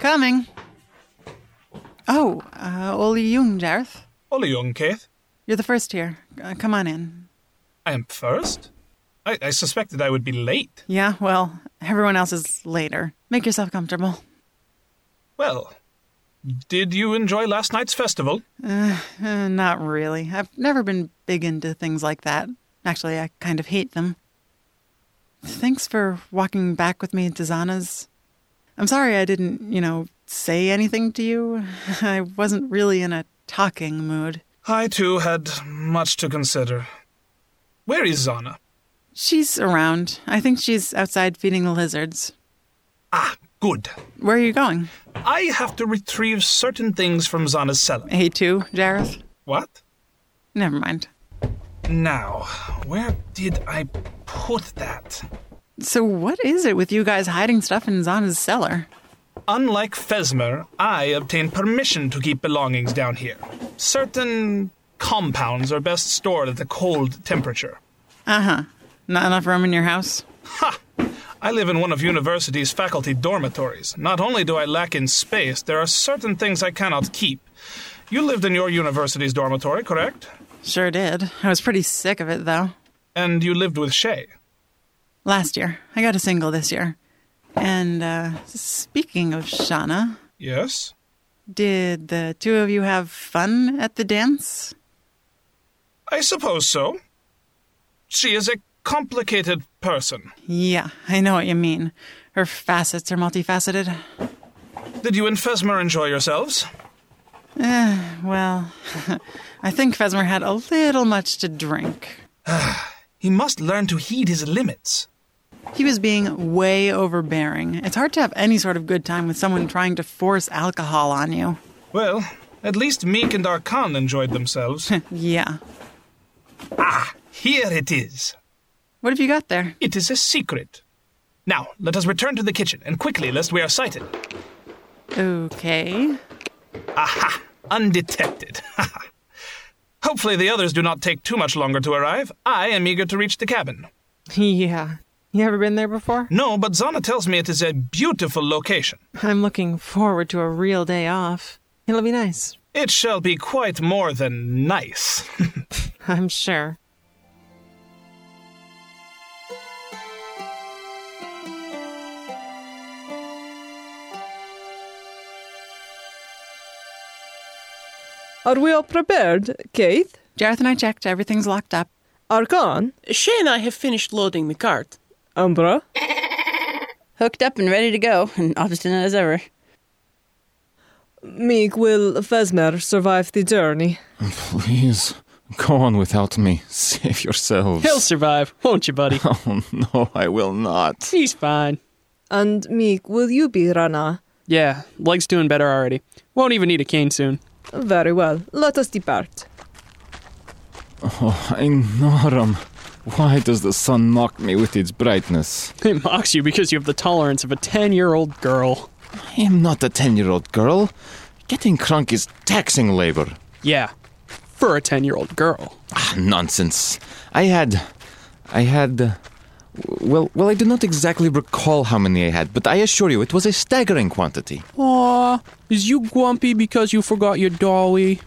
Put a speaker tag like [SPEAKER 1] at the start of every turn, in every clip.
[SPEAKER 1] coming. Oh, uh, Ole Jung, Jareth.
[SPEAKER 2] Ollie Young, Kate.
[SPEAKER 1] You're the first here. Uh, come on in.
[SPEAKER 2] I am first? I, I suspected I would be late.
[SPEAKER 1] Yeah, well, everyone else is later. Make yourself comfortable.
[SPEAKER 2] Well, did you enjoy last night's festival?
[SPEAKER 1] Uh, not really. I've never been big into things like that. Actually, I kind of hate them. Thanks for walking back with me to Zana's. I'm sorry I didn't, you know, say anything to you. I wasn't really in a talking mood.
[SPEAKER 2] I too had much to consider. Where is Zana?
[SPEAKER 1] She's around. I think she's outside feeding the lizards.
[SPEAKER 2] Ah, good.
[SPEAKER 1] Where are you going?
[SPEAKER 2] I have to retrieve certain things from Zana's cellar.
[SPEAKER 1] A2, Jareth?
[SPEAKER 2] What?
[SPEAKER 1] Never mind.
[SPEAKER 2] Now, where did I put that?
[SPEAKER 1] So, what is it with you guys hiding stuff in Zana's cellar?
[SPEAKER 2] Unlike Fesmer, I obtained permission to keep belongings down here. Certain compounds are best stored at a cold temperature.
[SPEAKER 1] Uh huh. Not enough room in your house?
[SPEAKER 2] Ha! I live in one of university's faculty dormitories. Not only do I lack in space, there are certain things I cannot keep. You lived in your university's dormitory, correct?
[SPEAKER 1] Sure did. I was pretty sick of it, though.
[SPEAKER 2] And you lived with Shay.
[SPEAKER 1] Last year. I got a single this year. And uh, speaking of Shauna,
[SPEAKER 2] Yes?
[SPEAKER 1] did the two of you have fun at the dance?
[SPEAKER 2] I suppose so. She is a complicated person.
[SPEAKER 1] Yeah, I know what you mean. Her facets are multifaceted.
[SPEAKER 2] Did you and Fesmer enjoy yourselves?
[SPEAKER 1] Well, I think Fesmer had a little much to drink.
[SPEAKER 2] He must learn to heed his limits.
[SPEAKER 1] He was being way overbearing. It's hard to have any sort of good time with someone trying to force alcohol on you.
[SPEAKER 2] Well, at least Meek and Arkan enjoyed themselves.
[SPEAKER 1] Yeah.
[SPEAKER 2] Here it is.
[SPEAKER 1] What have you got there?
[SPEAKER 2] It is a secret. Now, let us return to the kitchen, and quickly, lest we are sighted.
[SPEAKER 1] Okay.
[SPEAKER 2] Undetected. Hopefully, the others do not take too much longer to arrive. I am eager to reach the cabin.
[SPEAKER 3] Yeah. You ever been there before?
[SPEAKER 2] No, but Zana tells me it is a beautiful location.
[SPEAKER 3] I'm looking forward to a real day off. It'll be nice,
[SPEAKER 2] It shall be quite more than nice.
[SPEAKER 3] I'm sure.
[SPEAKER 4] Are we all prepared, Kate?
[SPEAKER 1] Jareth and I checked. Everything's locked up.
[SPEAKER 4] Arkan?
[SPEAKER 5] Shay and I have finished loading the cart.
[SPEAKER 4] Umbra?
[SPEAKER 6] Hooked up and ready to go, and obstinate as ever.
[SPEAKER 4] Meek, will Fesmer survive the journey?
[SPEAKER 7] Please, go on without me. Save yourselves.
[SPEAKER 5] He'll survive, won't you, buddy?
[SPEAKER 7] Oh, no, I will not.
[SPEAKER 5] He's fine.
[SPEAKER 4] And Meek, will you be Rana?
[SPEAKER 5] Yeah, leg's doing better already. Won't even need a cane soon.
[SPEAKER 4] Very well, let us depart.
[SPEAKER 7] Oh, Einarum, why does the sun mock me with its brightness?
[SPEAKER 5] It mocks you because you have the tolerance of a 10 year old girl.
[SPEAKER 7] I am not a ten-year-old girl. Getting crunk is taxing labor.
[SPEAKER 5] Yeah, for a 10 year old girl.
[SPEAKER 7] Ah, nonsense. I had, I had, uh, well, well, I do not exactly recall how many I had, but I assure you it was a staggering quantity.
[SPEAKER 5] Aw, is you grumpy because you forgot your dolly?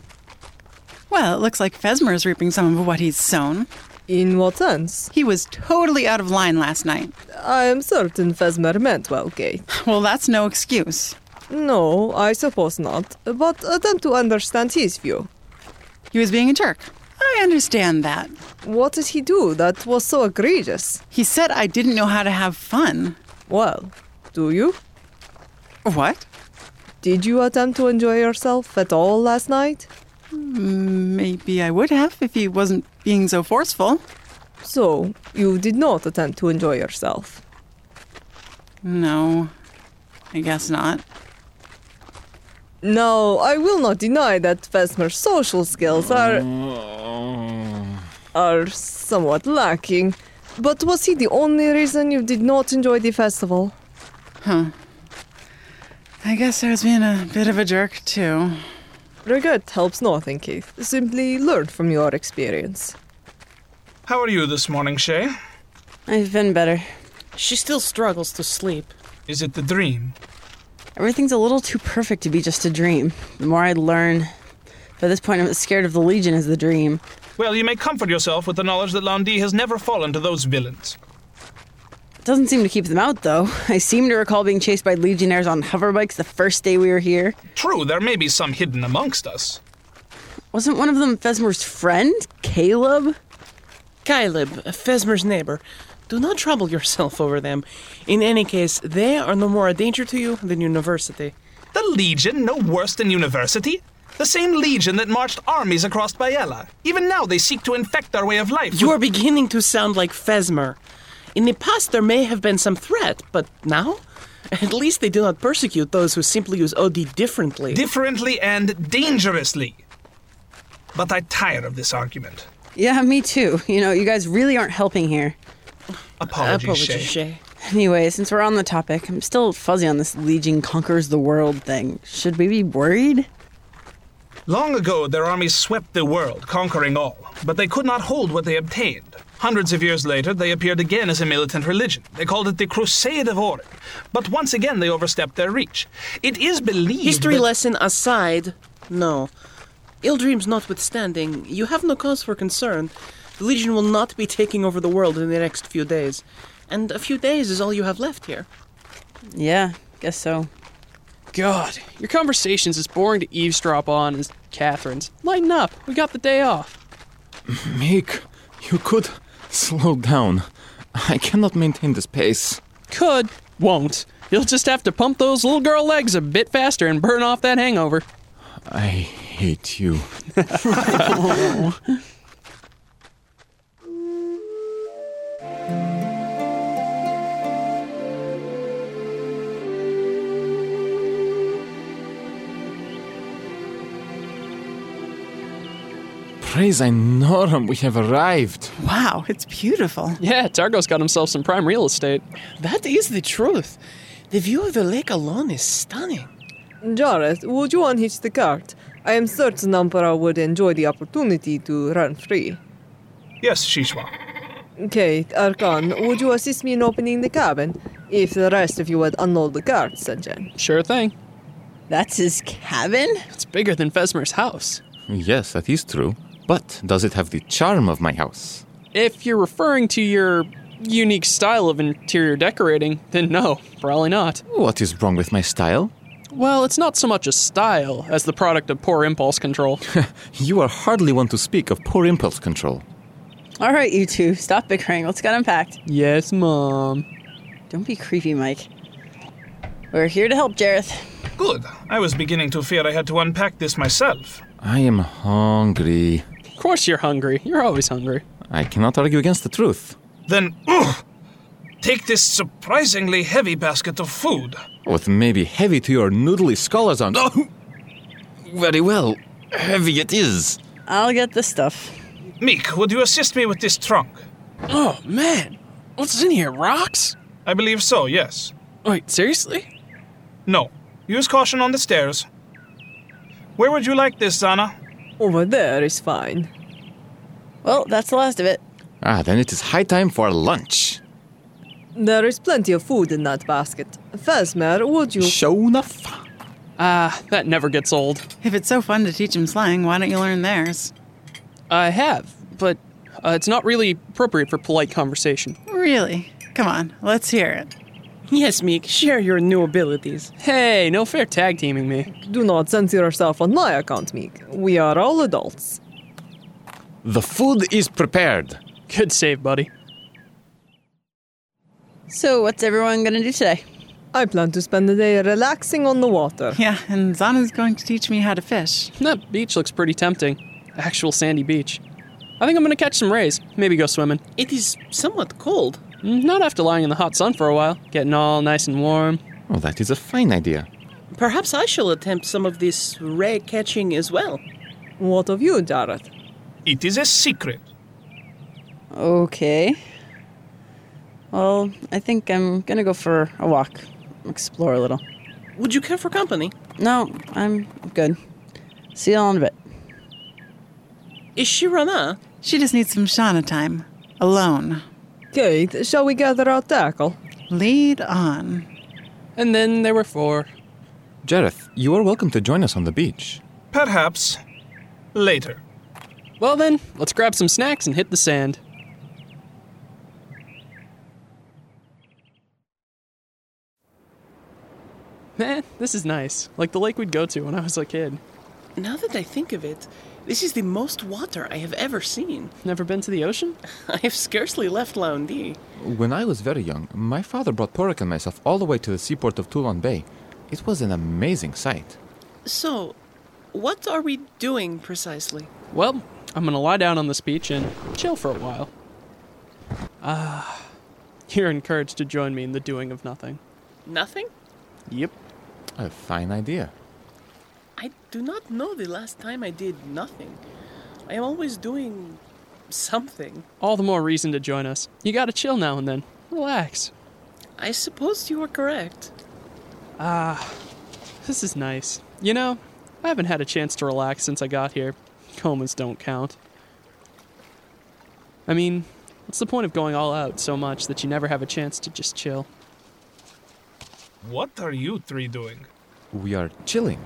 [SPEAKER 1] Well, it looks like Fesmer is reaping some of what he's sown.
[SPEAKER 4] In what sense?
[SPEAKER 1] He was totally out of line last night.
[SPEAKER 4] I am certain Fesmer meant well, Kate.
[SPEAKER 1] Well, that's no excuse.
[SPEAKER 4] No, I suppose not, but attempt to understand his view.
[SPEAKER 1] He was being a jerk. I understand that.
[SPEAKER 4] What did he do that was so egregious?
[SPEAKER 1] He said I didn't know how to have fun.
[SPEAKER 4] Well, do you?
[SPEAKER 1] What?
[SPEAKER 4] Did you attempt to enjoy yourself at all last night?
[SPEAKER 1] Maybe I would have if he wasn't being so forceful.
[SPEAKER 4] So, you did not attempt to enjoy yourself.
[SPEAKER 1] No, I guess not.
[SPEAKER 4] Now, I will not deny that Vesmer's social skills are are somewhat lacking. But was he the only reason you did not enjoy the festival?
[SPEAKER 1] I guess I was being a bit of a jerk, too.
[SPEAKER 4] Regret helps nothing, Keith. Simply learn from your experience.
[SPEAKER 2] How are you this morning, Shay?
[SPEAKER 6] I've been better.
[SPEAKER 5] She still struggles to sleep.
[SPEAKER 2] Is it the dream?
[SPEAKER 6] Everything's a little too perfect to be just a dream. The more I learn, by this point I'm as scared of the Legion as the dream.
[SPEAKER 2] Well, you may comfort yourself with the knowledge that Londi has never fallen to those villains.
[SPEAKER 6] It doesn't seem to keep them out, though. I seem to recall being chased by Legionnaires on hoverbikes the first day we were here.
[SPEAKER 2] True, there may be some hidden amongst us.
[SPEAKER 6] Wasn't one of them Fesmer's friend, Caleb?
[SPEAKER 8] Caleb, Fesmer's neighbor, do not trouble yourself over them. In any case, they are no more a danger to you than university.
[SPEAKER 2] The Legion, no worse than University? The same Legion that marched armies across Biella. Even now they seek to infect our way of life.
[SPEAKER 8] You are beginning to sound like Fesmer. In the past, there may have been some threat, but now? At least they do not persecute those who simply use OD differently.
[SPEAKER 2] differently and dangerously. But I tire of this argument.
[SPEAKER 6] Yeah, me too. You know, you guys really aren't helping here.
[SPEAKER 2] Apologies, Shay.
[SPEAKER 8] Apologies, Shay.
[SPEAKER 6] Anyway, since we're on the topic, I'm still fuzzy on this Legion conquers the world thing. Should we be worried?
[SPEAKER 2] Long ago, their armies swept the world, conquering all, but they could not hold what they obtained. Hundreds of years later, they appeared again as a militant religion. They called it the Crusade of Oric, but once again they overstepped their reach. It is believed.
[SPEAKER 8] History
[SPEAKER 2] that-
[SPEAKER 8] lesson aside, no. Ill dreams notwithstanding, you have no cause for concern. The Legion will not be taking over the world in the next few days. And a few days is all you have left here.
[SPEAKER 6] Yeah, guess so.
[SPEAKER 5] God, your conversation's as boring to eavesdrop on as Catherine's. Lighten up. We got the day off.
[SPEAKER 7] Meek, you could slow down. I cannot maintain this pace.
[SPEAKER 5] Could, won't. You'll just have to pump those little girl legs a bit faster and burn off that hangover.
[SPEAKER 7] I hate you. Praise Inorum, we have arrived.
[SPEAKER 1] Wow, it's beautiful.
[SPEAKER 5] Yeah, Targo's got himself some prime real estate.
[SPEAKER 8] That is the truth. The view of the lake alone is stunning.
[SPEAKER 4] Jareth, would you unhitch the cart? I am certain Ampara would enjoy the opportunity to run free.
[SPEAKER 2] Yes, Shishwa.
[SPEAKER 4] Kate, Arkan, would you assist me in opening the cabin? If the rest of you would unload the cart, Sanjan.
[SPEAKER 5] Sure thing.
[SPEAKER 6] That's his cabin?
[SPEAKER 5] It's bigger than Fesmer's house.
[SPEAKER 7] Yes, that is true. But does it have the charm of my house?
[SPEAKER 5] If you're referring to your unique style of interior decorating, then no, probably not.
[SPEAKER 7] What is wrong with my style?
[SPEAKER 5] Well, it's not so much a style as the product of poor impulse control.
[SPEAKER 7] You are hardly one to speak of poor impulse control.
[SPEAKER 6] All right, you two, stop bickering. Let's get unpacked.
[SPEAKER 5] yes, Mom.
[SPEAKER 6] Don't be creepy, Mike. We're here to help, Jareth.
[SPEAKER 2] Good. I was beginning to fear I had to unpack this myself.
[SPEAKER 7] I am hungry.
[SPEAKER 5] Of course you're hungry. You're always hungry.
[SPEAKER 7] I cannot argue against the truth.
[SPEAKER 2] Then, ugh, take this surprisingly heavy basket of food.
[SPEAKER 7] What may be heavy to your noodly scholars on. Oh! Very well. Heavy it is.
[SPEAKER 6] I'll get this stuff.
[SPEAKER 2] Meek, would you assist me with this trunk?
[SPEAKER 5] Oh, man. What's in here? Rocks?
[SPEAKER 2] I believe so, yes.
[SPEAKER 5] Wait, seriously?
[SPEAKER 2] No. Use caution on the stairs. Where would you like this, Zana?
[SPEAKER 4] Over there is fine.
[SPEAKER 6] Well, that's the last of it.
[SPEAKER 7] Ah, then it is high time for lunch.
[SPEAKER 4] There is plenty of food in that basket. Fesmer, would you?
[SPEAKER 7] Show enough.
[SPEAKER 5] Ah, that never gets old.
[SPEAKER 1] If it's so fun to teach them slang, why don't you learn theirs?
[SPEAKER 5] I have, but uh, it's not really appropriate for polite conversation.
[SPEAKER 1] Really? Come on, let's hear it.
[SPEAKER 8] Yes, Meek, share your new abilities.
[SPEAKER 5] Hey, no fair tag teaming me.
[SPEAKER 4] Do not censor yourself on my account, Meek. We are all adults.
[SPEAKER 7] The food is prepared.
[SPEAKER 5] Good save, buddy.
[SPEAKER 6] So, what's everyone gonna do today?
[SPEAKER 4] I plan to spend the day relaxing on the water.
[SPEAKER 1] Yeah, and Zana's going to teach me how to fish.
[SPEAKER 5] That beach looks pretty tempting. Actual sandy beach. I think I'm gonna catch some rays. Maybe go swimming.
[SPEAKER 8] It is somewhat cold.
[SPEAKER 5] Mm, Not after lying in the hot sun for a while, getting all nice and warm.
[SPEAKER 7] Oh, that is a fine idea.
[SPEAKER 8] Perhaps I shall attempt some of this ray catching as well.
[SPEAKER 4] What of you, Jareth?
[SPEAKER 2] It is a secret.
[SPEAKER 6] Okay. Well, I think I'm gonna go for a walk, explore a little.
[SPEAKER 8] Would you care for company?
[SPEAKER 6] No, I'm good. See you all in a bit.
[SPEAKER 8] Is Shirana?
[SPEAKER 1] She just needs some Shauna time. Alone.
[SPEAKER 4] Kate, shall we gather our tackle?
[SPEAKER 1] Lead on.
[SPEAKER 5] And then there were four.
[SPEAKER 7] Jareth, you are welcome to join us on the beach.
[SPEAKER 2] Perhaps later.
[SPEAKER 5] Well, then, let's grab some snacks and hit the sand. Man, this is nice. Like the lake we'd go to when I was a kid.
[SPEAKER 8] Now that I think of it, this is the most water I have ever seen.
[SPEAKER 5] Never been to the ocean?
[SPEAKER 8] I have scarcely left Laundi.
[SPEAKER 7] When I was very young, my father brought Porik and myself all the way to the seaport of Toulon Bay. It was an amazing sight.
[SPEAKER 8] So, what are we doing precisely?
[SPEAKER 5] Well, I'm gonna lie down on this beach and chill for a while. Ah, you're encouraged to join me in the doing of nothing.
[SPEAKER 8] Nothing?
[SPEAKER 5] Yep.
[SPEAKER 7] A fine idea.
[SPEAKER 8] I do not know the last time I did nothing. I am always doing something.
[SPEAKER 5] All the more reason to join us. You gotta chill now and then. Relax.
[SPEAKER 8] I suppose you are correct.
[SPEAKER 5] This is nice. You know, I haven't had a chance to relax since I got here. Comas don't count. I mean, what's the point of going all out so much that you never have a chance to just chill?
[SPEAKER 2] What are you three doing?
[SPEAKER 7] We are chilling.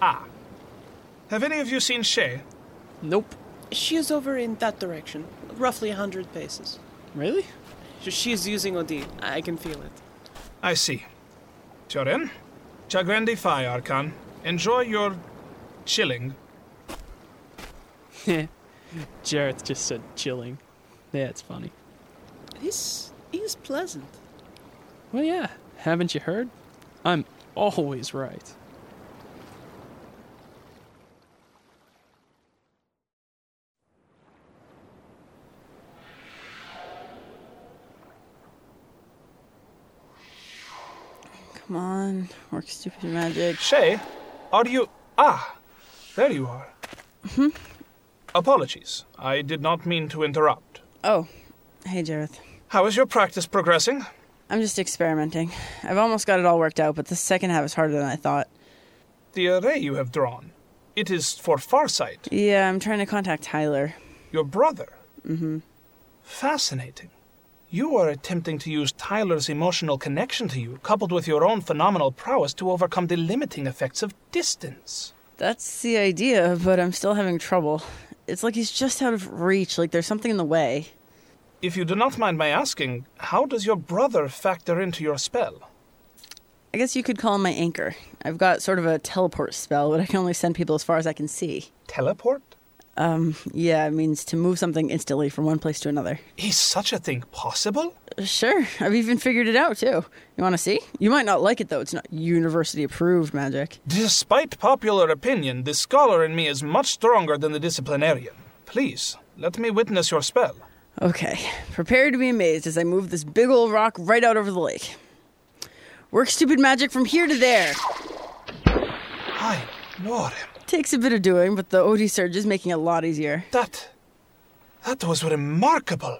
[SPEAKER 2] Have any of you seen Shay?
[SPEAKER 5] Nope.
[SPEAKER 8] She is over in that direction, roughly a hundred paces.
[SPEAKER 5] Really?
[SPEAKER 8] Sh- She is using OD. I can feel it.
[SPEAKER 2] I see. Turin, Chagrendi Phi Arkan, enjoy your chilling.
[SPEAKER 5] Jareth just said chilling. Yeah, it's funny.
[SPEAKER 8] This is pleasant.
[SPEAKER 5] Well, yeah. Haven't you heard? I'm always right.
[SPEAKER 6] Come on, work stupid magic.
[SPEAKER 2] Shay, are you. Ah, there you are. Apologies. I did not mean to interrupt.
[SPEAKER 6] Oh, hey, Jareth.
[SPEAKER 2] How is your practice progressing?
[SPEAKER 6] I'm just experimenting. I've almost got it all worked out, but the second half is harder than I thought.
[SPEAKER 2] The array you have drawn. It is for Farsight,
[SPEAKER 6] Yeah, I'm trying to contact Tyler.
[SPEAKER 2] your brother. Mm-hmm. Fascinating. You are attempting to use Tyler's emotional connection to you, coupled with your own phenomenal prowess, to overcome the limiting effects of distance.
[SPEAKER 6] That's the idea, but I'm still having trouble. It's like he's just out of reach, like there's something in the way.
[SPEAKER 2] If you do not mind my asking, how does your brother factor into your spell?
[SPEAKER 6] I guess you could call him my anchor. I've got sort of a teleport spell, but I can only send people as far as I can see.
[SPEAKER 2] Teleport?
[SPEAKER 6] Yeah, it means to move something instantly from one place to another.
[SPEAKER 2] Is such a thing possible?
[SPEAKER 6] Sure, I've even figured it out too. You want to see? You might not like it though, it's not university approved magic.
[SPEAKER 2] Despite popular opinion, the scholar in me is much stronger than the disciplinarian. Please, let me witness your spell.
[SPEAKER 6] Okay, prepare to be amazed as I move this big old rock right out over the lake. Work stupid magic from here to there.
[SPEAKER 2] I Lord,
[SPEAKER 6] Takes a bit of doing, but the OD surge is making it a lot easier.
[SPEAKER 2] that. that was remarkable.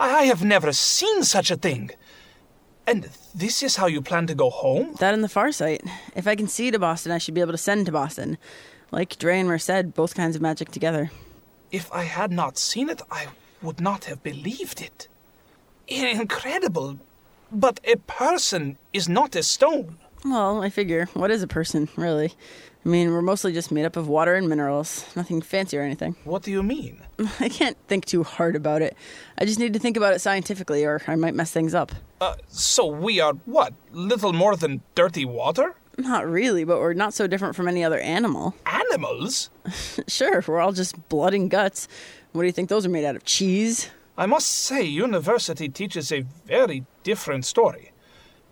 [SPEAKER 2] I, I have never seen such a thing. And this is how you plan to go home?
[SPEAKER 6] That and the Farsight. If I can see to Boston, I should be able to send to Boston. Like Dre and Mer said, both kinds of magic together.
[SPEAKER 2] If I had not seen it, I would not have believed it. Incredible. But a person is not a stone.
[SPEAKER 6] Well, I figure, what is a person, really? I mean, we're mostly just made up of water and minerals, nothing fancy or anything.
[SPEAKER 2] What do you mean?
[SPEAKER 6] I can't think too hard about it. I just need to think about it scientifically, or I might mess things up.
[SPEAKER 2] Uh, so we are what? Little more than dirty water?
[SPEAKER 6] Not really, but we're not so different from any other animal.
[SPEAKER 2] Animals?
[SPEAKER 6] Sure, we're all just blood and guts. What do you think those are made out of? Cheese?
[SPEAKER 2] I must say, university teaches a very different story.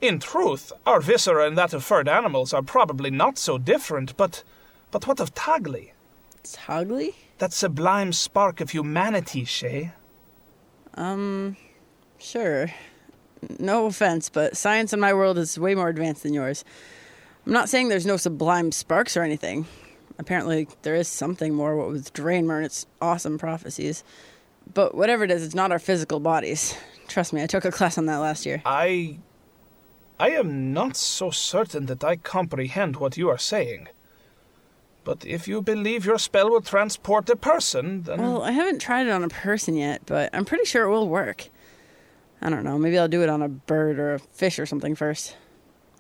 [SPEAKER 2] In truth, our viscera and that of furred animals are probably not so different, but, but what of Tagli?
[SPEAKER 6] Toggly?
[SPEAKER 2] That sublime spark of humanity, Shay?
[SPEAKER 6] Sure. No offense, but science in my world is way more advanced than yours. I'm not saying there's no sublime sparks or anything. Apparently, there is something more what with Draenmer and its awesome prophecies. But whatever it is, it's not our physical bodies. Trust me, I took a class on that last year.
[SPEAKER 2] I. I am not so certain that I comprehend what you are saying. But if you believe your spell will transport a person, then.
[SPEAKER 6] Well, I haven't tried it on a person yet, but I'm pretty sure it will work. I don't know, maybe I'll do it on a bird or a fish or something first.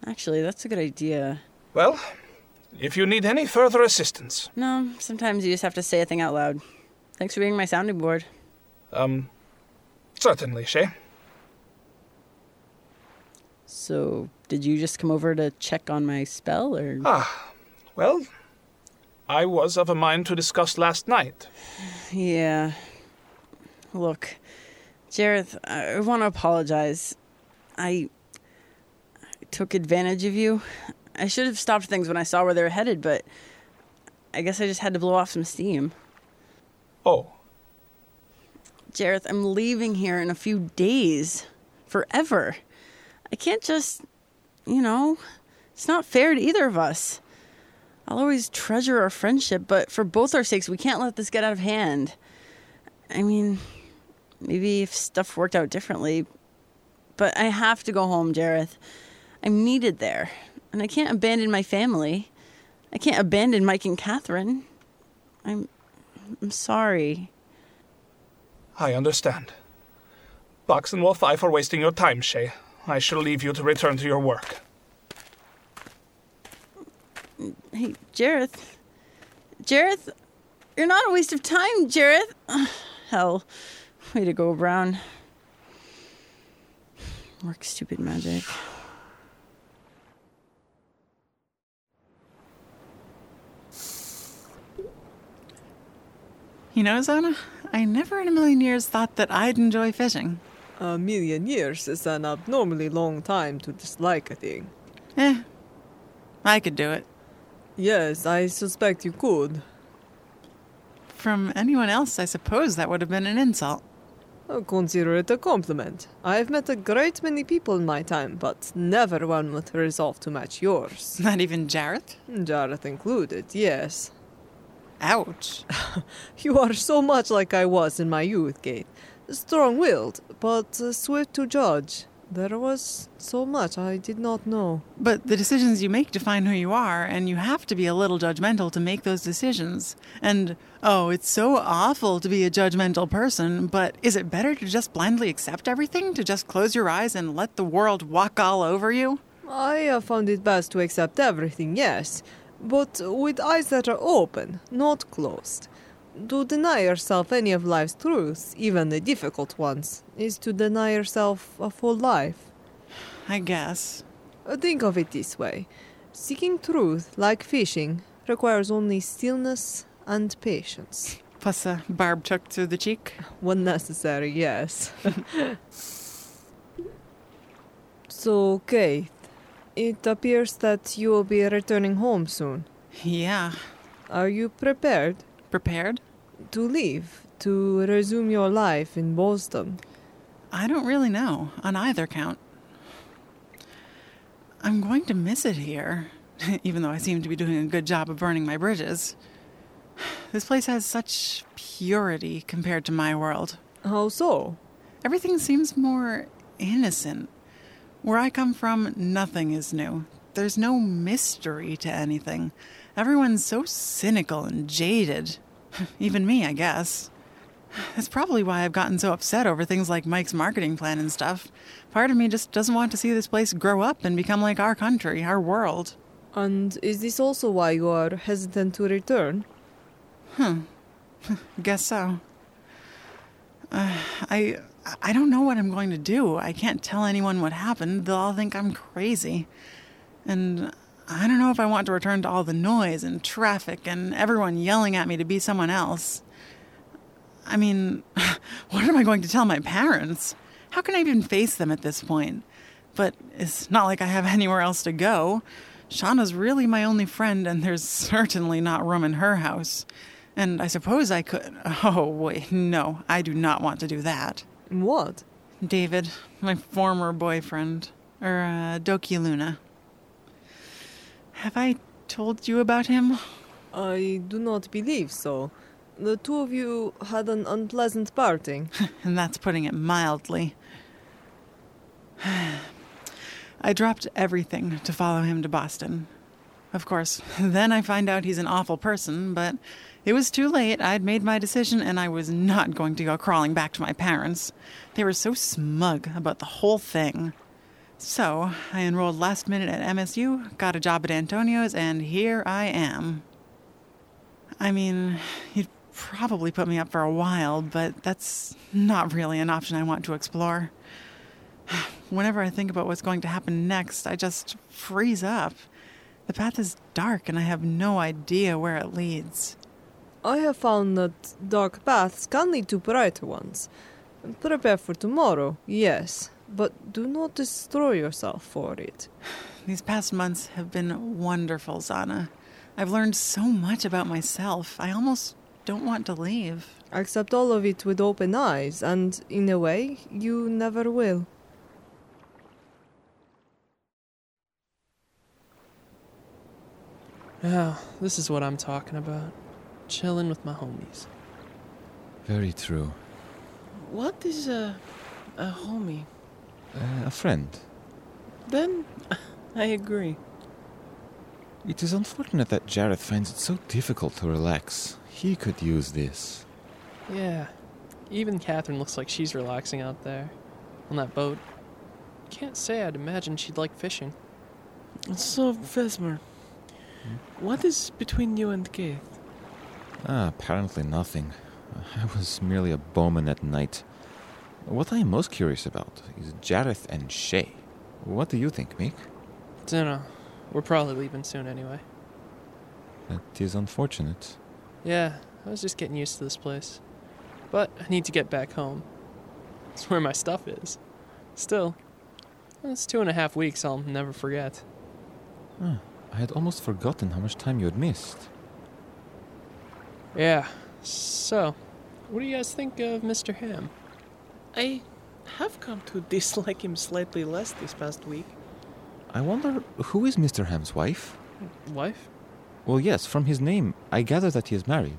[SPEAKER 6] Actually, that's a good idea.
[SPEAKER 2] Well, If you need any further assistance,
[SPEAKER 6] No, sometimes you just have to say a thing out loud. Thanks for being my sounding board.
[SPEAKER 2] um, certainly, Shay.
[SPEAKER 6] So, did you just come over to check on my spell, or
[SPEAKER 2] Well, I was of a mind to discuss last night.
[SPEAKER 6] Yeah. Look, Jareth, I want to apologize. I I took advantage of you. I should have stopped things when I saw where they were headed, but I guess I just had to blow off some steam.
[SPEAKER 2] Oh,
[SPEAKER 6] Jareth, I'm leaving here in a few days. Forever. I can't just, you know, it's not fair to either of us. I'll always treasure our friendship, but for both our sakes, we can't let this get out of hand. I mean, maybe if stuff worked out differently, but I have to go home, Jareth. I'm needed there, and I can't abandon my family. I can't abandon Mike and Catherine. I'm, I'm sorry.
[SPEAKER 2] I understand. Boxenwolf, I for wasting your time, Shay. I shall leave you to return to your work.
[SPEAKER 6] Hey, Jareth. Jareth, you're not a waste of time, Jareth. Ugh, Hell, way to go, Brown. Work stupid magic.
[SPEAKER 1] You know, Zona, I never in a million years thought that I'd enjoy fishing.
[SPEAKER 4] A million years is an abnormally long time to dislike a thing.
[SPEAKER 1] Eh, I could do it.
[SPEAKER 4] Yes, I suspect you could.
[SPEAKER 1] From anyone else, I suppose that would have been an insult.
[SPEAKER 4] Uh, Consider it a compliment. I've met a great many people in my time, but never one with resolve to match yours.
[SPEAKER 1] Not even Jareth.
[SPEAKER 4] Jareth included, yes.
[SPEAKER 1] Ouch.
[SPEAKER 4] You are so much like I was in my youth, Kate. Strong willed, but uh, swift to judge. There was so much I did not know.
[SPEAKER 1] But the decisions you make define who you are, and you have to be a little judgmental to make those decisions. And oh, it's so awful to be a judgmental person, but is it better to just blindly accept everything? To just close your eyes and let the world walk all over you?
[SPEAKER 4] I have found it best to accept everything, yes, but with eyes that are open, not closed. To deny yourself any of life's truths, even the difficult ones, is to deny yourself a full life.
[SPEAKER 1] I guess.
[SPEAKER 4] Uh, Think of it this way seeking truth, like fishing, requires only stillness and patience.
[SPEAKER 1] Plus a barb tucked through the cheek.
[SPEAKER 4] When necessary, yes. so, Kate, it appears that you will be returning home soon.
[SPEAKER 1] Yeah.
[SPEAKER 4] Are you prepared
[SPEAKER 1] Prepared?
[SPEAKER 4] to leave, to resume your life in Boston?
[SPEAKER 1] I don't really know on either count. I'm going to miss it here, even though I seem to be doing a good job of burning my bridges. This place has such purity compared to my world.
[SPEAKER 4] How so?
[SPEAKER 1] Everything seems more innocent. Where I come from, nothing is new. There's no mystery to anything. Everyone's so cynical and jaded. Even me, I guess. That's probably why I've gotten so upset over things like Mike's marketing plan and stuff. Part of me just doesn't want to see this place grow up and become like our country, our world.
[SPEAKER 4] And is this also why you are hesitant to return?
[SPEAKER 1] Guess so. Uh, I I don't know what I'm going to do. I can't tell anyone what happened. They'll all think I'm crazy. And I don't know if I want to return to all the noise and traffic and everyone yelling at me to be someone else. I mean, what am I going to tell my parents? How can I even face them at this point? But it's not like I have anywhere else to go. Shauna's really my only friend, and there's certainly not room in her house. And I suppose I could. Oh, wait, no, I do not want to do that.
[SPEAKER 4] What?
[SPEAKER 1] David, my former boyfriend, or uh, Doki Luna. Have I told you about him?
[SPEAKER 4] I do not believe so. The two of you had an unpleasant parting.
[SPEAKER 1] and that's putting it mildly. I dropped everything to follow him to Boston. Of course, then I find out he's an awful person, but it was too late. I'd made my decision and I was not going to go crawling back to my parents. They were so smug about the whole thing. So, I enrolled last minute at MSU, got a job at Antonio's, and here I am. I mean, you'd probably put me up for a while, but that's not really an option I want to explore. Whenever I think about what's going to happen next, I just freeze up. The path is dark, and I have no idea where it leads.
[SPEAKER 4] I have found that dark paths can lead to brighter ones. Prepare for tomorrow, yes, but do not destroy yourself for it.
[SPEAKER 1] These past months have been wonderful, Zana. I've learned so much about myself. I almost don't want to leave.
[SPEAKER 4] Accept all of it with open eyes, and in a way, you never will.
[SPEAKER 5] Oh, this is what I'm talking about. Chilling with my homies.
[SPEAKER 7] Very true.
[SPEAKER 8] What is a, a homie?
[SPEAKER 7] Uh, a friend.
[SPEAKER 8] Then I agree.
[SPEAKER 7] It is unfortunate that Jareth finds it so difficult to relax. He could use this.
[SPEAKER 5] Yeah. Even Catherine looks like she's relaxing out there on that boat. Can't say I'd imagine she'd like fishing.
[SPEAKER 8] So, Vesmer, what is between you and Keith?
[SPEAKER 7] Ah, apparently nothing. I was merely a bowman at night. What I am most curious about is Jareth and Shay. What do you think, Meek?
[SPEAKER 5] Dunno. We're probably leaving soon anyway.
[SPEAKER 7] That is unfortunate.
[SPEAKER 5] Yeah, I was just getting used to this place. But I need to get back home. It's where my stuff is. Still, that's two and a half weeks I'll never forget.
[SPEAKER 7] Ah, I had almost forgotten how much time you had missed.
[SPEAKER 5] Yeah, so, what do you guys think of Mr. Ham?
[SPEAKER 8] I have come to dislike him slightly less this past week.
[SPEAKER 7] I wonder who is Mr. Ham's wife?
[SPEAKER 5] Wife?
[SPEAKER 7] Well, yes, from his name, I gather that he is married.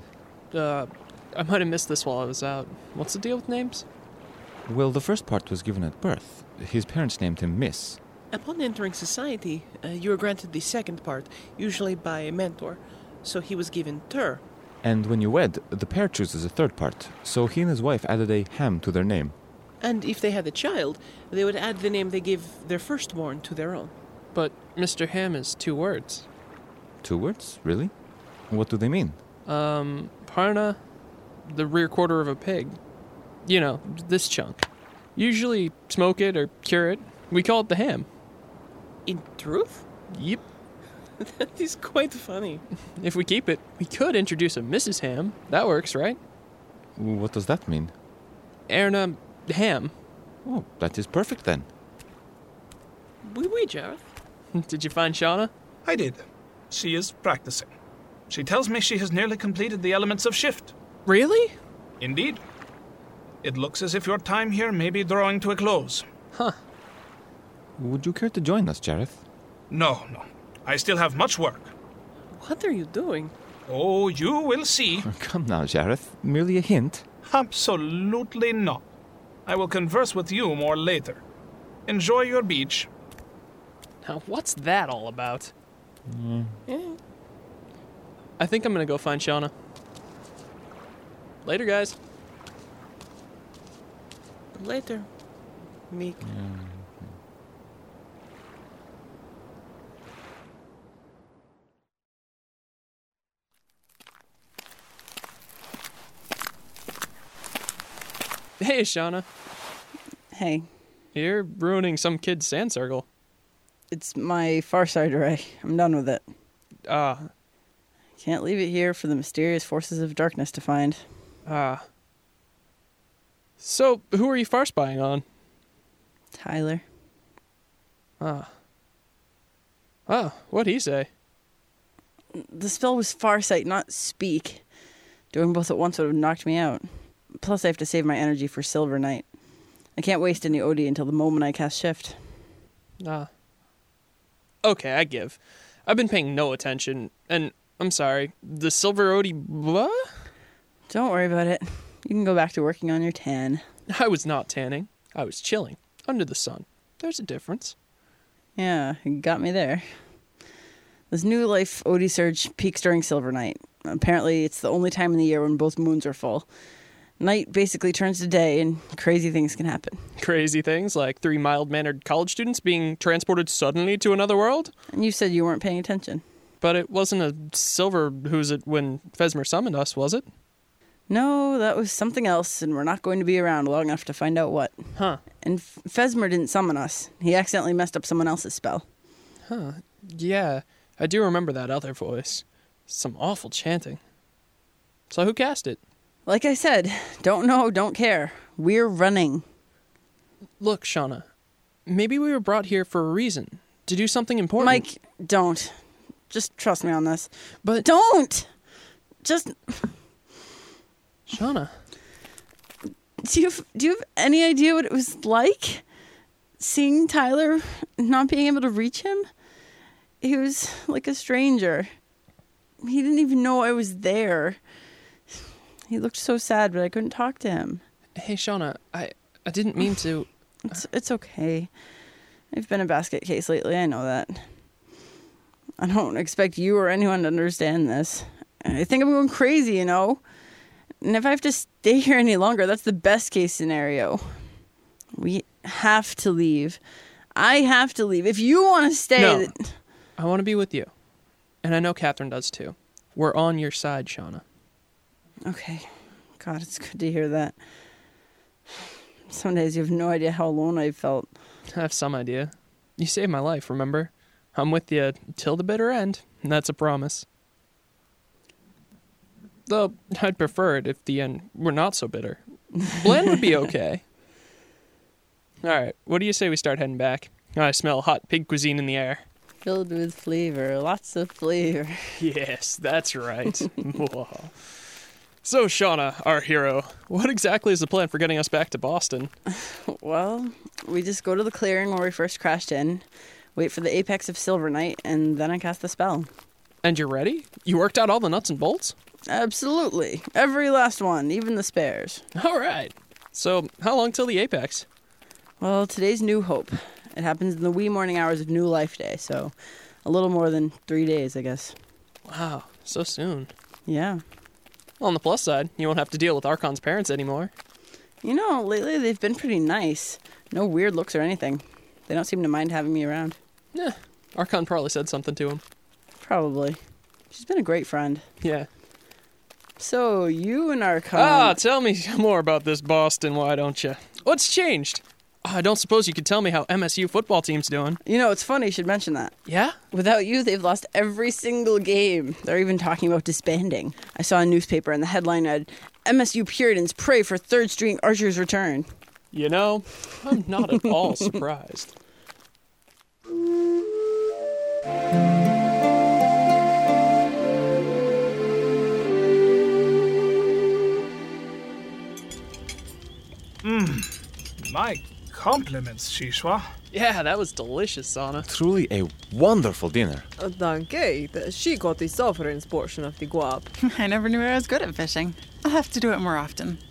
[SPEAKER 5] Uh, I might have missed this while I was out. What's the deal with names?
[SPEAKER 7] Well, the first part was given at birth. His parents named him Miss.
[SPEAKER 8] Upon entering society, uh, you are granted the second part, usually by a mentor. So he was given Tur.
[SPEAKER 7] And when you wed, the pair chooses a third part, so he and his wife added a ham to their name.
[SPEAKER 8] And if they had a child, they would add the name they gave their firstborn to their own.
[SPEAKER 5] But Mr. Ham is two words.
[SPEAKER 7] Two words? Really? What do they mean?
[SPEAKER 5] Um, Parna, the rear quarter of a pig. You know, this chunk. Usually smoke it or cure it. We call it the ham.
[SPEAKER 8] In truth?
[SPEAKER 5] Yep.
[SPEAKER 8] that is quite funny.
[SPEAKER 5] If we keep it, we could introduce a Mrs. Ham. That works, right?
[SPEAKER 7] What does that mean?
[SPEAKER 5] Erna Ham.
[SPEAKER 7] Oh, that is perfect then.
[SPEAKER 8] Wee wee, Jareth.
[SPEAKER 5] Did you find Shauna?
[SPEAKER 2] I did. She is practicing. She tells me she has nearly completed the elements of shift.
[SPEAKER 5] Really?
[SPEAKER 2] Indeed. It looks as if your time here may be drawing to a close.
[SPEAKER 5] Huh.
[SPEAKER 7] Would you care to join us, Jareth?
[SPEAKER 2] No, no. I still have much work.
[SPEAKER 8] What are you doing?
[SPEAKER 2] Oh, you will see.
[SPEAKER 7] Come now, Jareth. Merely a hint.
[SPEAKER 2] Absolutely not. I will converse with you more later. Enjoy your beach.
[SPEAKER 5] Now, what's that all about?
[SPEAKER 7] Mm.
[SPEAKER 8] Eh,
[SPEAKER 5] I think I'm gonna go find Shauna. Later, guys.
[SPEAKER 8] Later, Meek.
[SPEAKER 5] Hey, Shauna.
[SPEAKER 6] Hey,
[SPEAKER 5] You're ruining some kid's sand circle.
[SPEAKER 6] it's my far side array. I'm done with it.
[SPEAKER 5] Ah,
[SPEAKER 6] Can't leave it here for the mysterious forces of darkness to find.
[SPEAKER 5] ah. so, who are you far spying on?
[SPEAKER 6] Tyler.
[SPEAKER 5] Ah. Oh, what'd he say?
[SPEAKER 6] The spell was farsight, not speak. Doing both at once would have knocked me out. Plus, I have to save my energy for Silver Night. I can't waste any OD until the moment I cast Shift.
[SPEAKER 5] Ah. Okay, I give. I've been paying no attention, and I'm sorry. The silver Odie. Blah?
[SPEAKER 6] Don't worry about it. You can go back to working on your tan.
[SPEAKER 5] I was not tanning. I was chilling. Under the sun. There's a difference.
[SPEAKER 6] Yeah, you got me there. This new life OD surge peaks during Silver Night. Apparently, it's the only time in the year when both moons are full. Night basically turns to day, and crazy things can happen.
[SPEAKER 5] Crazy things like three mild mannered college students being transported suddenly to another world?
[SPEAKER 6] And you said you weren't paying attention.
[SPEAKER 5] But it wasn't a silver who's it when Fesmer summoned us, was it?
[SPEAKER 6] No, that was something else, and we're not going to be around long enough to find out what.
[SPEAKER 5] Huh.
[SPEAKER 6] And F- Fesmer didn't summon us. He accidentally messed up someone else's spell.
[SPEAKER 5] Yeah, I do remember that other voice. Some awful chanting. So who cast it?
[SPEAKER 6] Like I said, don't know, don't care. We're running.
[SPEAKER 5] Look, Shauna, maybe we were brought here for a reason to do something important.
[SPEAKER 6] Mike, don't. Just trust me on this.
[SPEAKER 5] but
[SPEAKER 6] Don't! Just,
[SPEAKER 5] Shauna,
[SPEAKER 6] do you, do you have any idea what it was like seeing Tyler not being able to reach him? He was like a stranger. He didn't even know I was there. He looked so sad, but I couldn't talk to him.
[SPEAKER 5] hey, Shauna, I I didn't mean to.
[SPEAKER 6] It's, it's okay. I've been a basket case lately. I know that. I don't expect you or anyone to understand this. I think I'm going crazy, you know? And if I have to stay here any longer, that's the best case scenario. We have to leave. I have to leave. If you want to stay.
[SPEAKER 5] No.
[SPEAKER 6] th-
[SPEAKER 5] I want to be with you, and I know Catherine does too. We're on your side, Shauna.
[SPEAKER 6] Okay. God, it's good to hear that. Some days you have no idea how alone I felt.
[SPEAKER 5] I have some idea. You saved my life, remember? I'm with you till the bitter end. and That's a promise. Though I'd prefer it if the end were not so bitter. Blend would be okay. All right, what do you say we start heading back? I smell hot pig cuisine in the air.
[SPEAKER 6] Filled with flavor, lots of flavor.
[SPEAKER 5] Yes, that's right. Mwah. so, Shauna, our hero, what exactly is the plan for getting us back to Boston?
[SPEAKER 6] Well, we just go to the clearing where we first crashed in, wait for the apex of Silver Knight, and then I cast the spell.
[SPEAKER 5] And you're ready? You worked out all the nuts and bolts?
[SPEAKER 6] Absolutely. Every last one, even the spares.
[SPEAKER 5] All right. So, how long till the apex?
[SPEAKER 6] Well, today's New Hope. It happens in the wee morning hours of New Life Day, so a little more than three days, I guess.
[SPEAKER 5] Wow, so soon.
[SPEAKER 6] Yeah.
[SPEAKER 5] On the plus side, you won't have to deal with Archon's parents anymore.
[SPEAKER 6] You know, lately they've been pretty nice. No weird looks or anything. They don't seem to mind having me around.
[SPEAKER 5] Eh, Archon probably said something to him.
[SPEAKER 6] Probably. She's been a great friend.
[SPEAKER 5] Yeah.
[SPEAKER 6] So, you and our con.
[SPEAKER 5] Ah, tell me more about this Boston, why don't you? What's changed? Ah, I don't suppose you could tell me how MSU football team's doing.
[SPEAKER 6] you know, it's funny you should mention that.
[SPEAKER 5] Yeah?
[SPEAKER 6] Without you, they've lost every single game. They're even talking about disbanding. I saw a newspaper and the headline read MSU Puritans pray for third string Archer's return.
[SPEAKER 5] You know, I'm not at all surprised.
[SPEAKER 2] My compliments, Shishwa.
[SPEAKER 5] Yeah, that was delicious, Sana.
[SPEAKER 7] Truly a wonderful dinner.
[SPEAKER 4] Uh, Danke, th- she got the sovereign's portion of the guap.
[SPEAKER 1] I never knew I was good at fishing. I'll have to do it more often.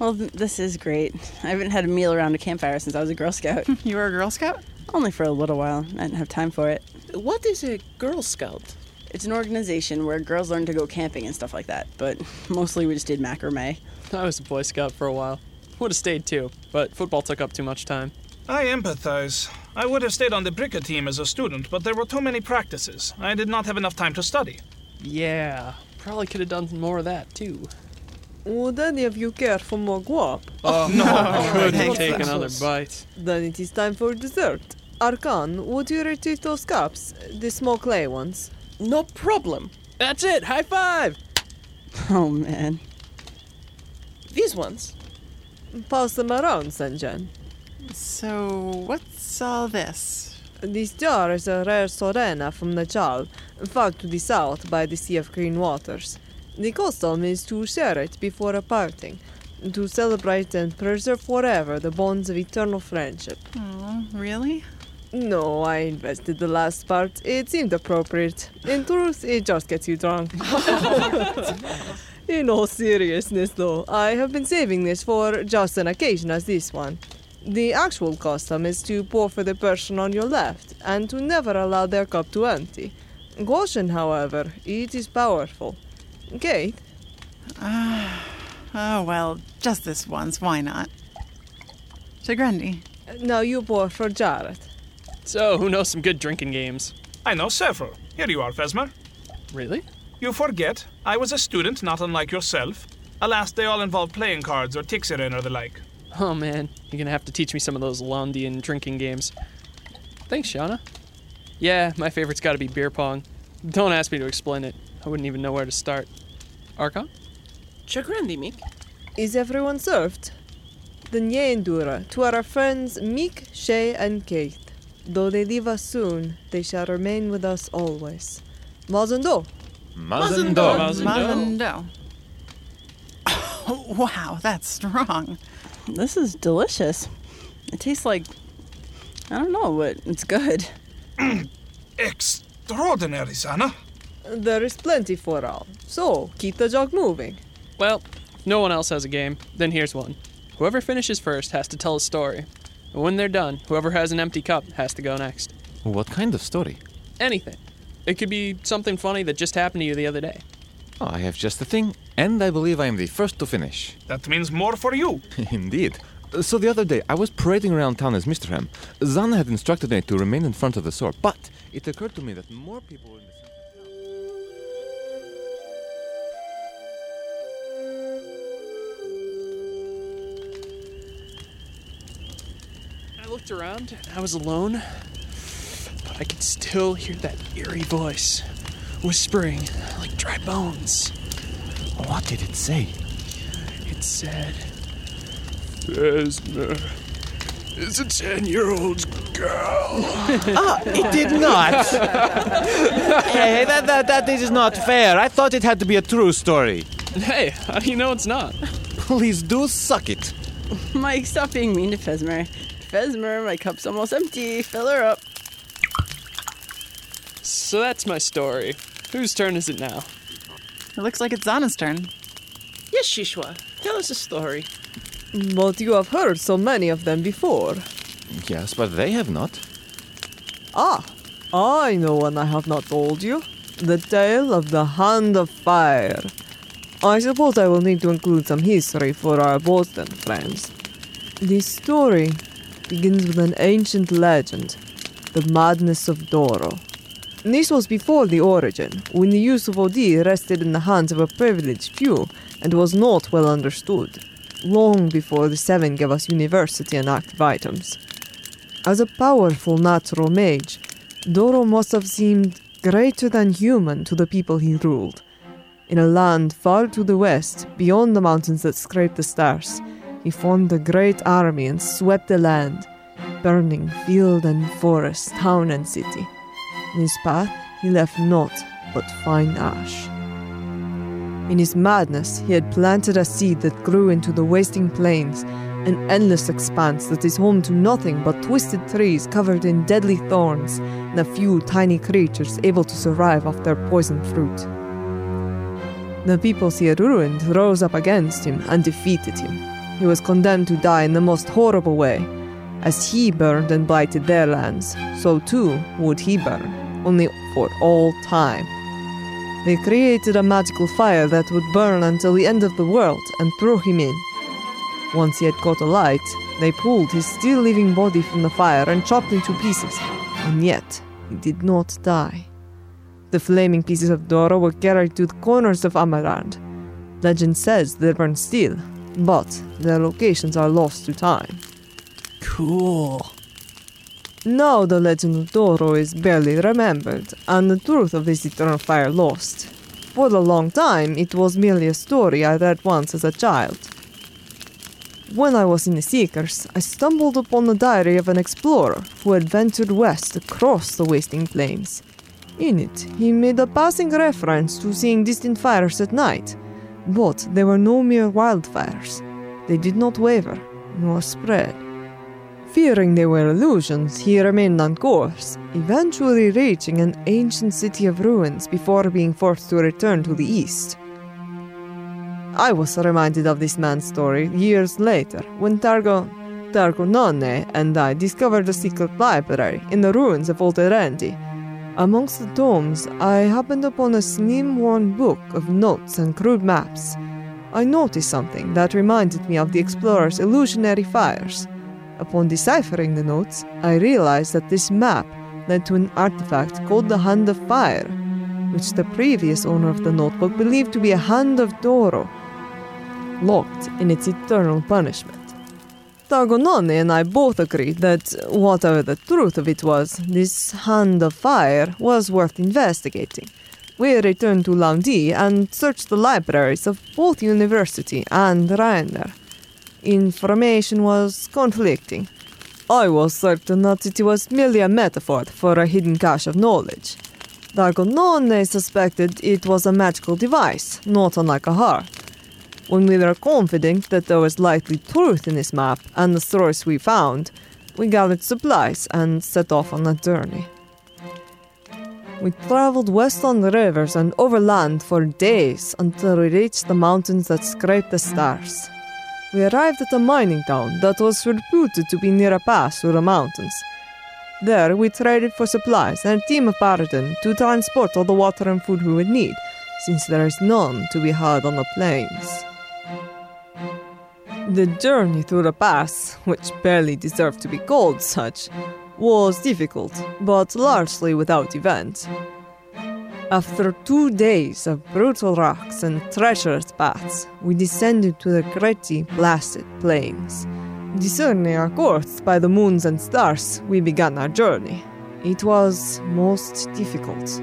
[SPEAKER 6] Well, th- this is great. I haven't had a meal around a campfire since I was a Girl Scout.
[SPEAKER 1] You were a Girl Scout?
[SPEAKER 6] Only for a little while. I didn't have time for it.
[SPEAKER 8] What is a Girl Scout?
[SPEAKER 6] It's an organization where girls learn to go camping and stuff like that, but mostly we just did macrame.
[SPEAKER 5] I was a Boy Scout for a while. Would have stayed too, but football took up too much time.
[SPEAKER 2] I empathize. I would have stayed on the Bricka team as a student, but there were too many practices. I did not have enough time to study.
[SPEAKER 5] Yeah, probably could have done more of that too.
[SPEAKER 4] Would any of you care for more guap?
[SPEAKER 5] Could
[SPEAKER 1] thanks.
[SPEAKER 5] take another bite.
[SPEAKER 4] Then it is time for dessert. Arkan, would you retrieve those cups? The small clay ones.
[SPEAKER 8] No problem.
[SPEAKER 5] That's it. High five.
[SPEAKER 6] Oh man.
[SPEAKER 8] These ones.
[SPEAKER 4] Pass them around, Sanjan.
[SPEAKER 1] So, what's all this?
[SPEAKER 4] This jar is a rare sorena from Najal, found to the south by the Sea of Green Waters. The custom is to share it before a parting, to celebrate and preserve forever the bonds of eternal friendship.
[SPEAKER 1] Oh, really?
[SPEAKER 4] No, I invested the last part. It seemed appropriate. In truth, it just gets you drunk. In all seriousness, though, I have been saving this for just an occasion as this one. The actual custom is to pour for the person on your left and to never allow their cup to empty. Caution, however, it is powerful. Kate,
[SPEAKER 1] Oh, well, just this once. Why not? Chagrendi.
[SPEAKER 4] Now you pour for Jareth.
[SPEAKER 5] So, who knows some good drinking games?
[SPEAKER 2] I know several. Here you are, Fesmer.
[SPEAKER 5] Really?
[SPEAKER 2] You forget, I was a student not unlike yourself. Alas, they all involve playing cards or Tixirin or the like.
[SPEAKER 5] Oh man, you're gonna have to teach me some of those Londian drinking games. Thanks, Shauna. Yeah, my favorite's gotta be beer pong. Don't ask me to explain it. I wouldn't even know where to start. Archon?
[SPEAKER 8] Chagrendi, Meek.
[SPEAKER 4] Is everyone served? The Nyendura, to our friends Meek, Shay, and Kate. Though they leave us soon, they shall remain with us always. Mazando!
[SPEAKER 7] Mazendor.
[SPEAKER 8] Mazen Dov.
[SPEAKER 1] Mazando. Oh, wow, that's strong.
[SPEAKER 6] This is delicious. It tastes like I don't know what it's good.
[SPEAKER 2] Extraordinary, Zana.
[SPEAKER 4] There is plenty for all, so keep the jog moving.
[SPEAKER 5] Well, if no one else has a game, then here's one. Whoever finishes first has to tell a story. And when they're done, whoever has an empty cup has to go next.
[SPEAKER 7] What kind of story?
[SPEAKER 5] Anything. It could be something funny that just happened to you the other day.
[SPEAKER 7] Oh, I have just the thing, and I believe I am the first to finish.
[SPEAKER 2] That means more for you.
[SPEAKER 7] Indeed. So the other day, I was parading around town as Mr. Ham. Zana had instructed me to remain in front of the store, but it occurred to me that more people were in the center of town.
[SPEAKER 5] I looked around and I was alone, but I could still hear that eerie voice whispering like dry bones.
[SPEAKER 7] What did it say?
[SPEAKER 5] It said, Vesna is a 10 year old girl.
[SPEAKER 7] Ah,
[SPEAKER 8] It did not.
[SPEAKER 7] Hey, that, that, that is not fair. I thought it had to be a true story.
[SPEAKER 5] Hey, how do you know it's not?
[SPEAKER 7] Please do suck it.
[SPEAKER 6] Mike, stop being mean to Fesmer. Fesmer, my cup's almost empty. Fill her up.
[SPEAKER 5] So that's my story. Whose turn is it now?
[SPEAKER 1] It looks like it's Zana's turn.
[SPEAKER 8] yes, Shishwa. Tell us a story.
[SPEAKER 4] But you have heard so many of them before.
[SPEAKER 7] Yes, but they have not.
[SPEAKER 4] Ah, I know one I have not told you. The tale of the Hand of Fire. I suppose I will need to include some history for our Boston friends. This story begins with an ancient legend, the madness of Doro. This was before the origin, when the use of Odi rested in the hands of a privileged few and was not well understood, long before the Seven gave us university and active items. As a powerful natural mage, Doro must have seemed greater than human to the people he ruled. In a land far to the west, beyond the mountains that scrape the stars, he formed a great army and swept the land, burning field and forest, town and city. In his path, he left naught but fine ash. In his madness, he had planted a seed that grew into the wasting plains, an endless expanse that is home to nothing but twisted trees covered in deadly thorns and a few tiny creatures able to survive off their poison fruit. The peoples he had ruined rose up against him and defeated him. He was condemned to die in the most horrible way. As he burned and blighted their lands, so too would he burn, only for all time. They created a magical fire that would burn until the end of the world and threw him in. Once he had caught a light, they pulled his still living body from the fire and chopped into pieces, and yet he did not die. The flaming pieces of Doro were carried to the corners of Amarand. Legend says they burn still, but their locations are lost to time.
[SPEAKER 8] Cool.
[SPEAKER 4] Now the legend of Doro is barely remembered, and the truth of this eternal fire lost. For a long time, it was merely a story I read once as a child. When I was in the Seekers, I stumbled upon the diary of an explorer who had ventured west across the wasting plains. In it, he made a passing reference to seeing distant fires at night, but they were no mere wildfires. They did not waver, nor spread. Fearing they were illusions, he remained on course, eventually reaching an ancient city of ruins before being forced to return to the east. I was reminded of this man's story years later when Targo Targonone and I discovered a secret library in the ruins of Old Erandi. Amongst the tomes, I happened upon a slim worn book of notes and crude maps. I noticed something that reminded me of the explorer's illusionary fires. Upon deciphering the notes, I realized that this map led to an artifact called the Hand of Fire, which the previous owner of the notebook believed to be a Hand of Doro, locked in its eternal punishment. Targononi and I both agreed that, whatever the truth of it was, this Hand of Fire was worth investigating. We returned to Laundi and searched the libraries of both university and Reiner. Information was conflicting. I was certain that it was merely a metaphor for a hidden cache of knowledge. Dargonone suspected it was a magical device, not unlike a heart. When we were confident that there was likely truth in this map and the stories we found, we gathered supplies and set off on a journey. We traveled west on the rivers and overland for days until we reached the mountains that scrape the stars. We arrived at a mining town that was reputed to be near a pass through the mountains. There, we traded for supplies and a team of paladin to transport all the water and food we would need, since there is none to be had on the plains. The journey through the pass, which barely deserved to be called such, was difficult, but largely without event. After two days of brutal rocks and treacherous paths, we descended to the gritty, blasted plains. Discerning our course by the moons and stars, we began our journey. It was most difficult.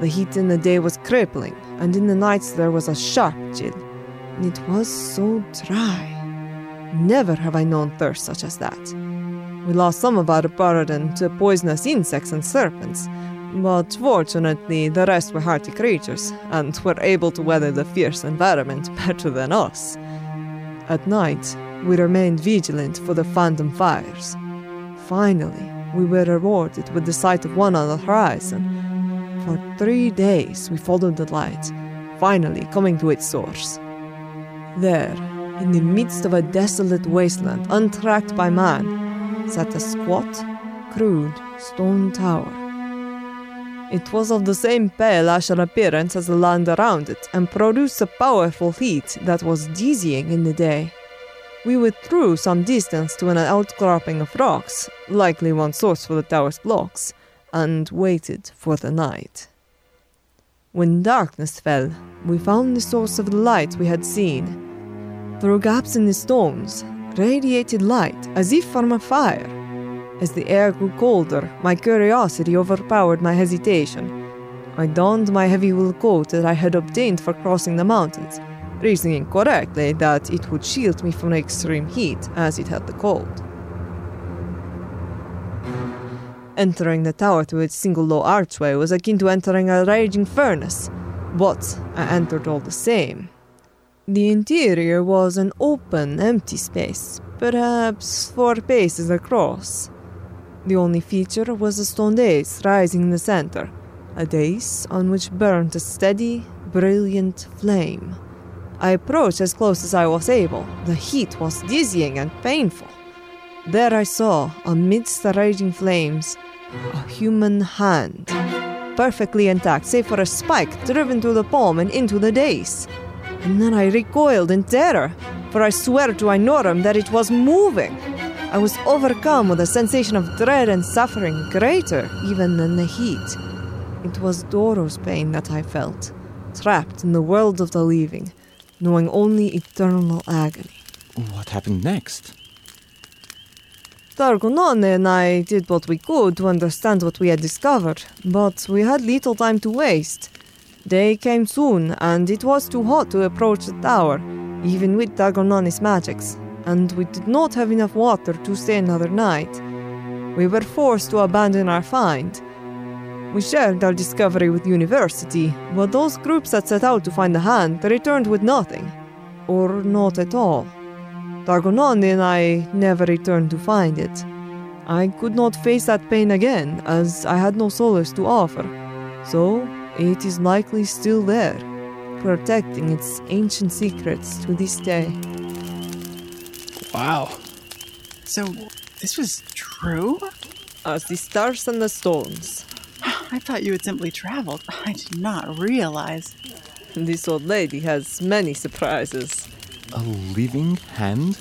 [SPEAKER 4] The heat in the day was crippling, and in the nights there was a sharp chill. And it was so dry. Never have I known thirst such as that. We lost some of our burden to poisonous insects and serpents, but fortunately the rest were hardy creatures and were able to weather the fierce environment better than us. At night, we remained vigilant for the phantom fires. Finally, we were rewarded with the sight of one on the horizon. For three days, we followed the light, finally coming to its source. There, in the midst of a desolate wasteland untracked by man, sat a squat, crude stone tower. It was of the same pale ashen appearance as the land around it and produced a powerful heat that was dizzying in the day. We withdrew some distance to an outcropping of rocks, likely one source for the tower's blocks, and waited for the night. When darkness fell, we found the source of the light we had seen. Through gaps in the stones, radiated light as if from a fire. As the air grew colder, my curiosity overpowered my hesitation. I donned my heavy wool coat that I had obtained for crossing the mountains, reasoning correctly that it would shield me from the extreme heat as it had the cold. Entering the tower through its single low archway was akin to entering a raging furnace, but I entered all the same. The interior was an open, empty space, perhaps four paces across. The only feature was a stone dais rising in the center, a dais on which burned a steady, brilliant flame. I approached as close as I was able. The heat was dizzying and painful. There I saw, amidst the raging flames, a human hand, perfectly intact save for a spike driven through the palm and into the dais. And then I recoiled in terror, for I swear to Inorum that it was moving. I was overcome with a sensation of dread and suffering greater even than the heat. It was Doro's pain that I felt, trapped in the world of the living, knowing only eternal agony.
[SPEAKER 7] What happened next?
[SPEAKER 4] Targonone and I did what we could to understand what we had discovered, but we had little time to waste. Day came soon, and it was too hot to approach the tower, even with Dagonani's magics, and we did not have enough water to stay another night. We were forced to abandon our find. We shared our discovery with university, but those groups that set out to find the hand returned with nothing, or not at all. Dargonani and I never returned to find it. I could not face that pain again, as I had no solace to offer. So it is likely still there, protecting its ancient secrets to this day.
[SPEAKER 5] Wow.
[SPEAKER 1] So, this was true?
[SPEAKER 4] As the stars and the stones.
[SPEAKER 1] I thought you had simply traveled. I did not realize.
[SPEAKER 4] This old lady has many surprises.
[SPEAKER 7] A living hand?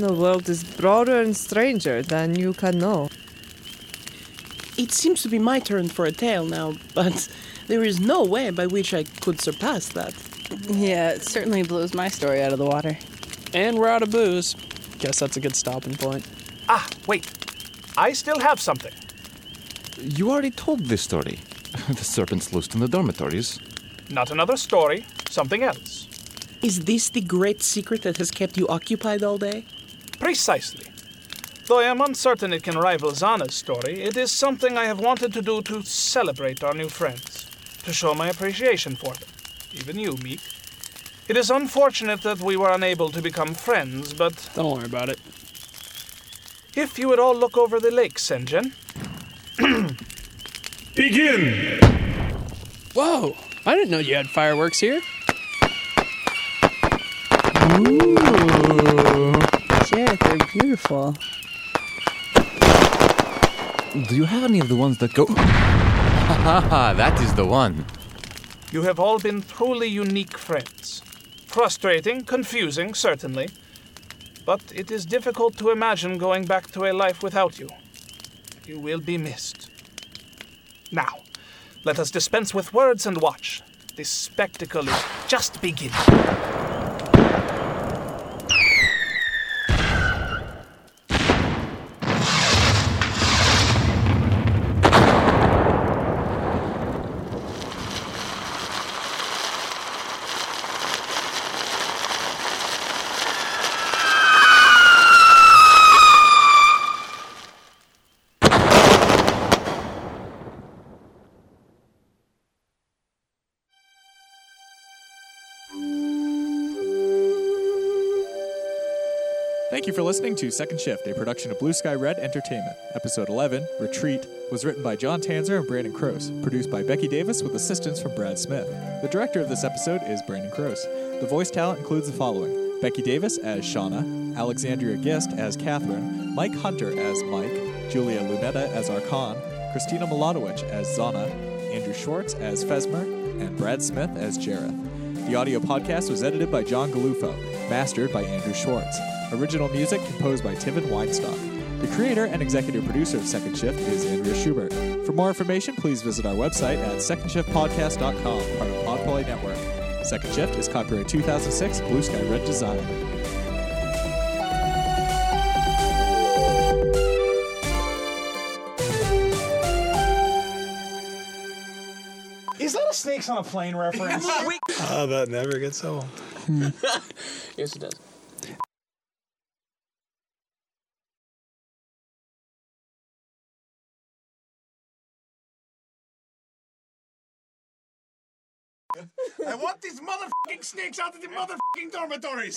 [SPEAKER 4] The world is broader and stranger than you can know.
[SPEAKER 8] It seems to be my turn for a tale now, but there is no way by which I could surpass that.
[SPEAKER 6] Yeah, it certainly blows my story out of the water.
[SPEAKER 5] And we're out of booze. Guess that's a good stopping point.
[SPEAKER 9] Ah, wait. I still have something.
[SPEAKER 7] You already told this story. the serpents loosed in the dormitories.
[SPEAKER 9] Not another story, something else.
[SPEAKER 8] Is this the great secret that has kept you occupied all day?
[SPEAKER 2] Precisely. Though I am uncertain it can rival Zana's story, it is something I have wanted to do to celebrate our new friends, to show my appreciation for them, even you, Meek. It is unfortunate that we were unable to become friends, but
[SPEAKER 5] Don't worry about it.
[SPEAKER 2] if you would all look over the lake, Senjen,
[SPEAKER 10] Begin!
[SPEAKER 5] Whoa! I didn't know you had fireworks here.
[SPEAKER 6] Jareth, they're beautiful.
[SPEAKER 7] Do you have any of the ones that go. Ha ha ha, that is the one.
[SPEAKER 2] you have all been truly unique friends. Frustrating, confusing, certainly, but it is difficult to imagine going back to a life without you. You will be missed. Now, let us dispense with words and watch. This spectacle is just beginning.
[SPEAKER 10] Thank you for listening to Second Shift, a production of Blue Sky Red Entertainment. Episode 11, Retreat, was written by John Tanzer and Brandon Kroos, produced by Becky Davis with assistance from Brad Smith. The director of this episode is Brandon Kroos. The voice talent includes the following Becky Davis as Shauna, Alexandria Gist as Catherine, Mike Hunter as Mike, Julia Lunetta as Archon, Christina Miladowicz as Zana, Andrew Schwartz as Fesmer, and Brad Smith as Jareth. The audio podcast was edited by John Galufo, mastered by Andrew Schwartz. Original music composed by Tivin Weinstock. The creator and executive producer of Second Shift is Andrea Schubert. For more information, please visit our website at secondshiftpodcast.com, part of Podplay Network. Second Shift is copyright 2006 Blue Sky Red Design.
[SPEAKER 2] Is that a Snakes on a Plane reference?
[SPEAKER 11] Oh, that never gets old.
[SPEAKER 8] Yes, it does.
[SPEAKER 10] I want these motherfucking snakes out of the motherfucking dormitories!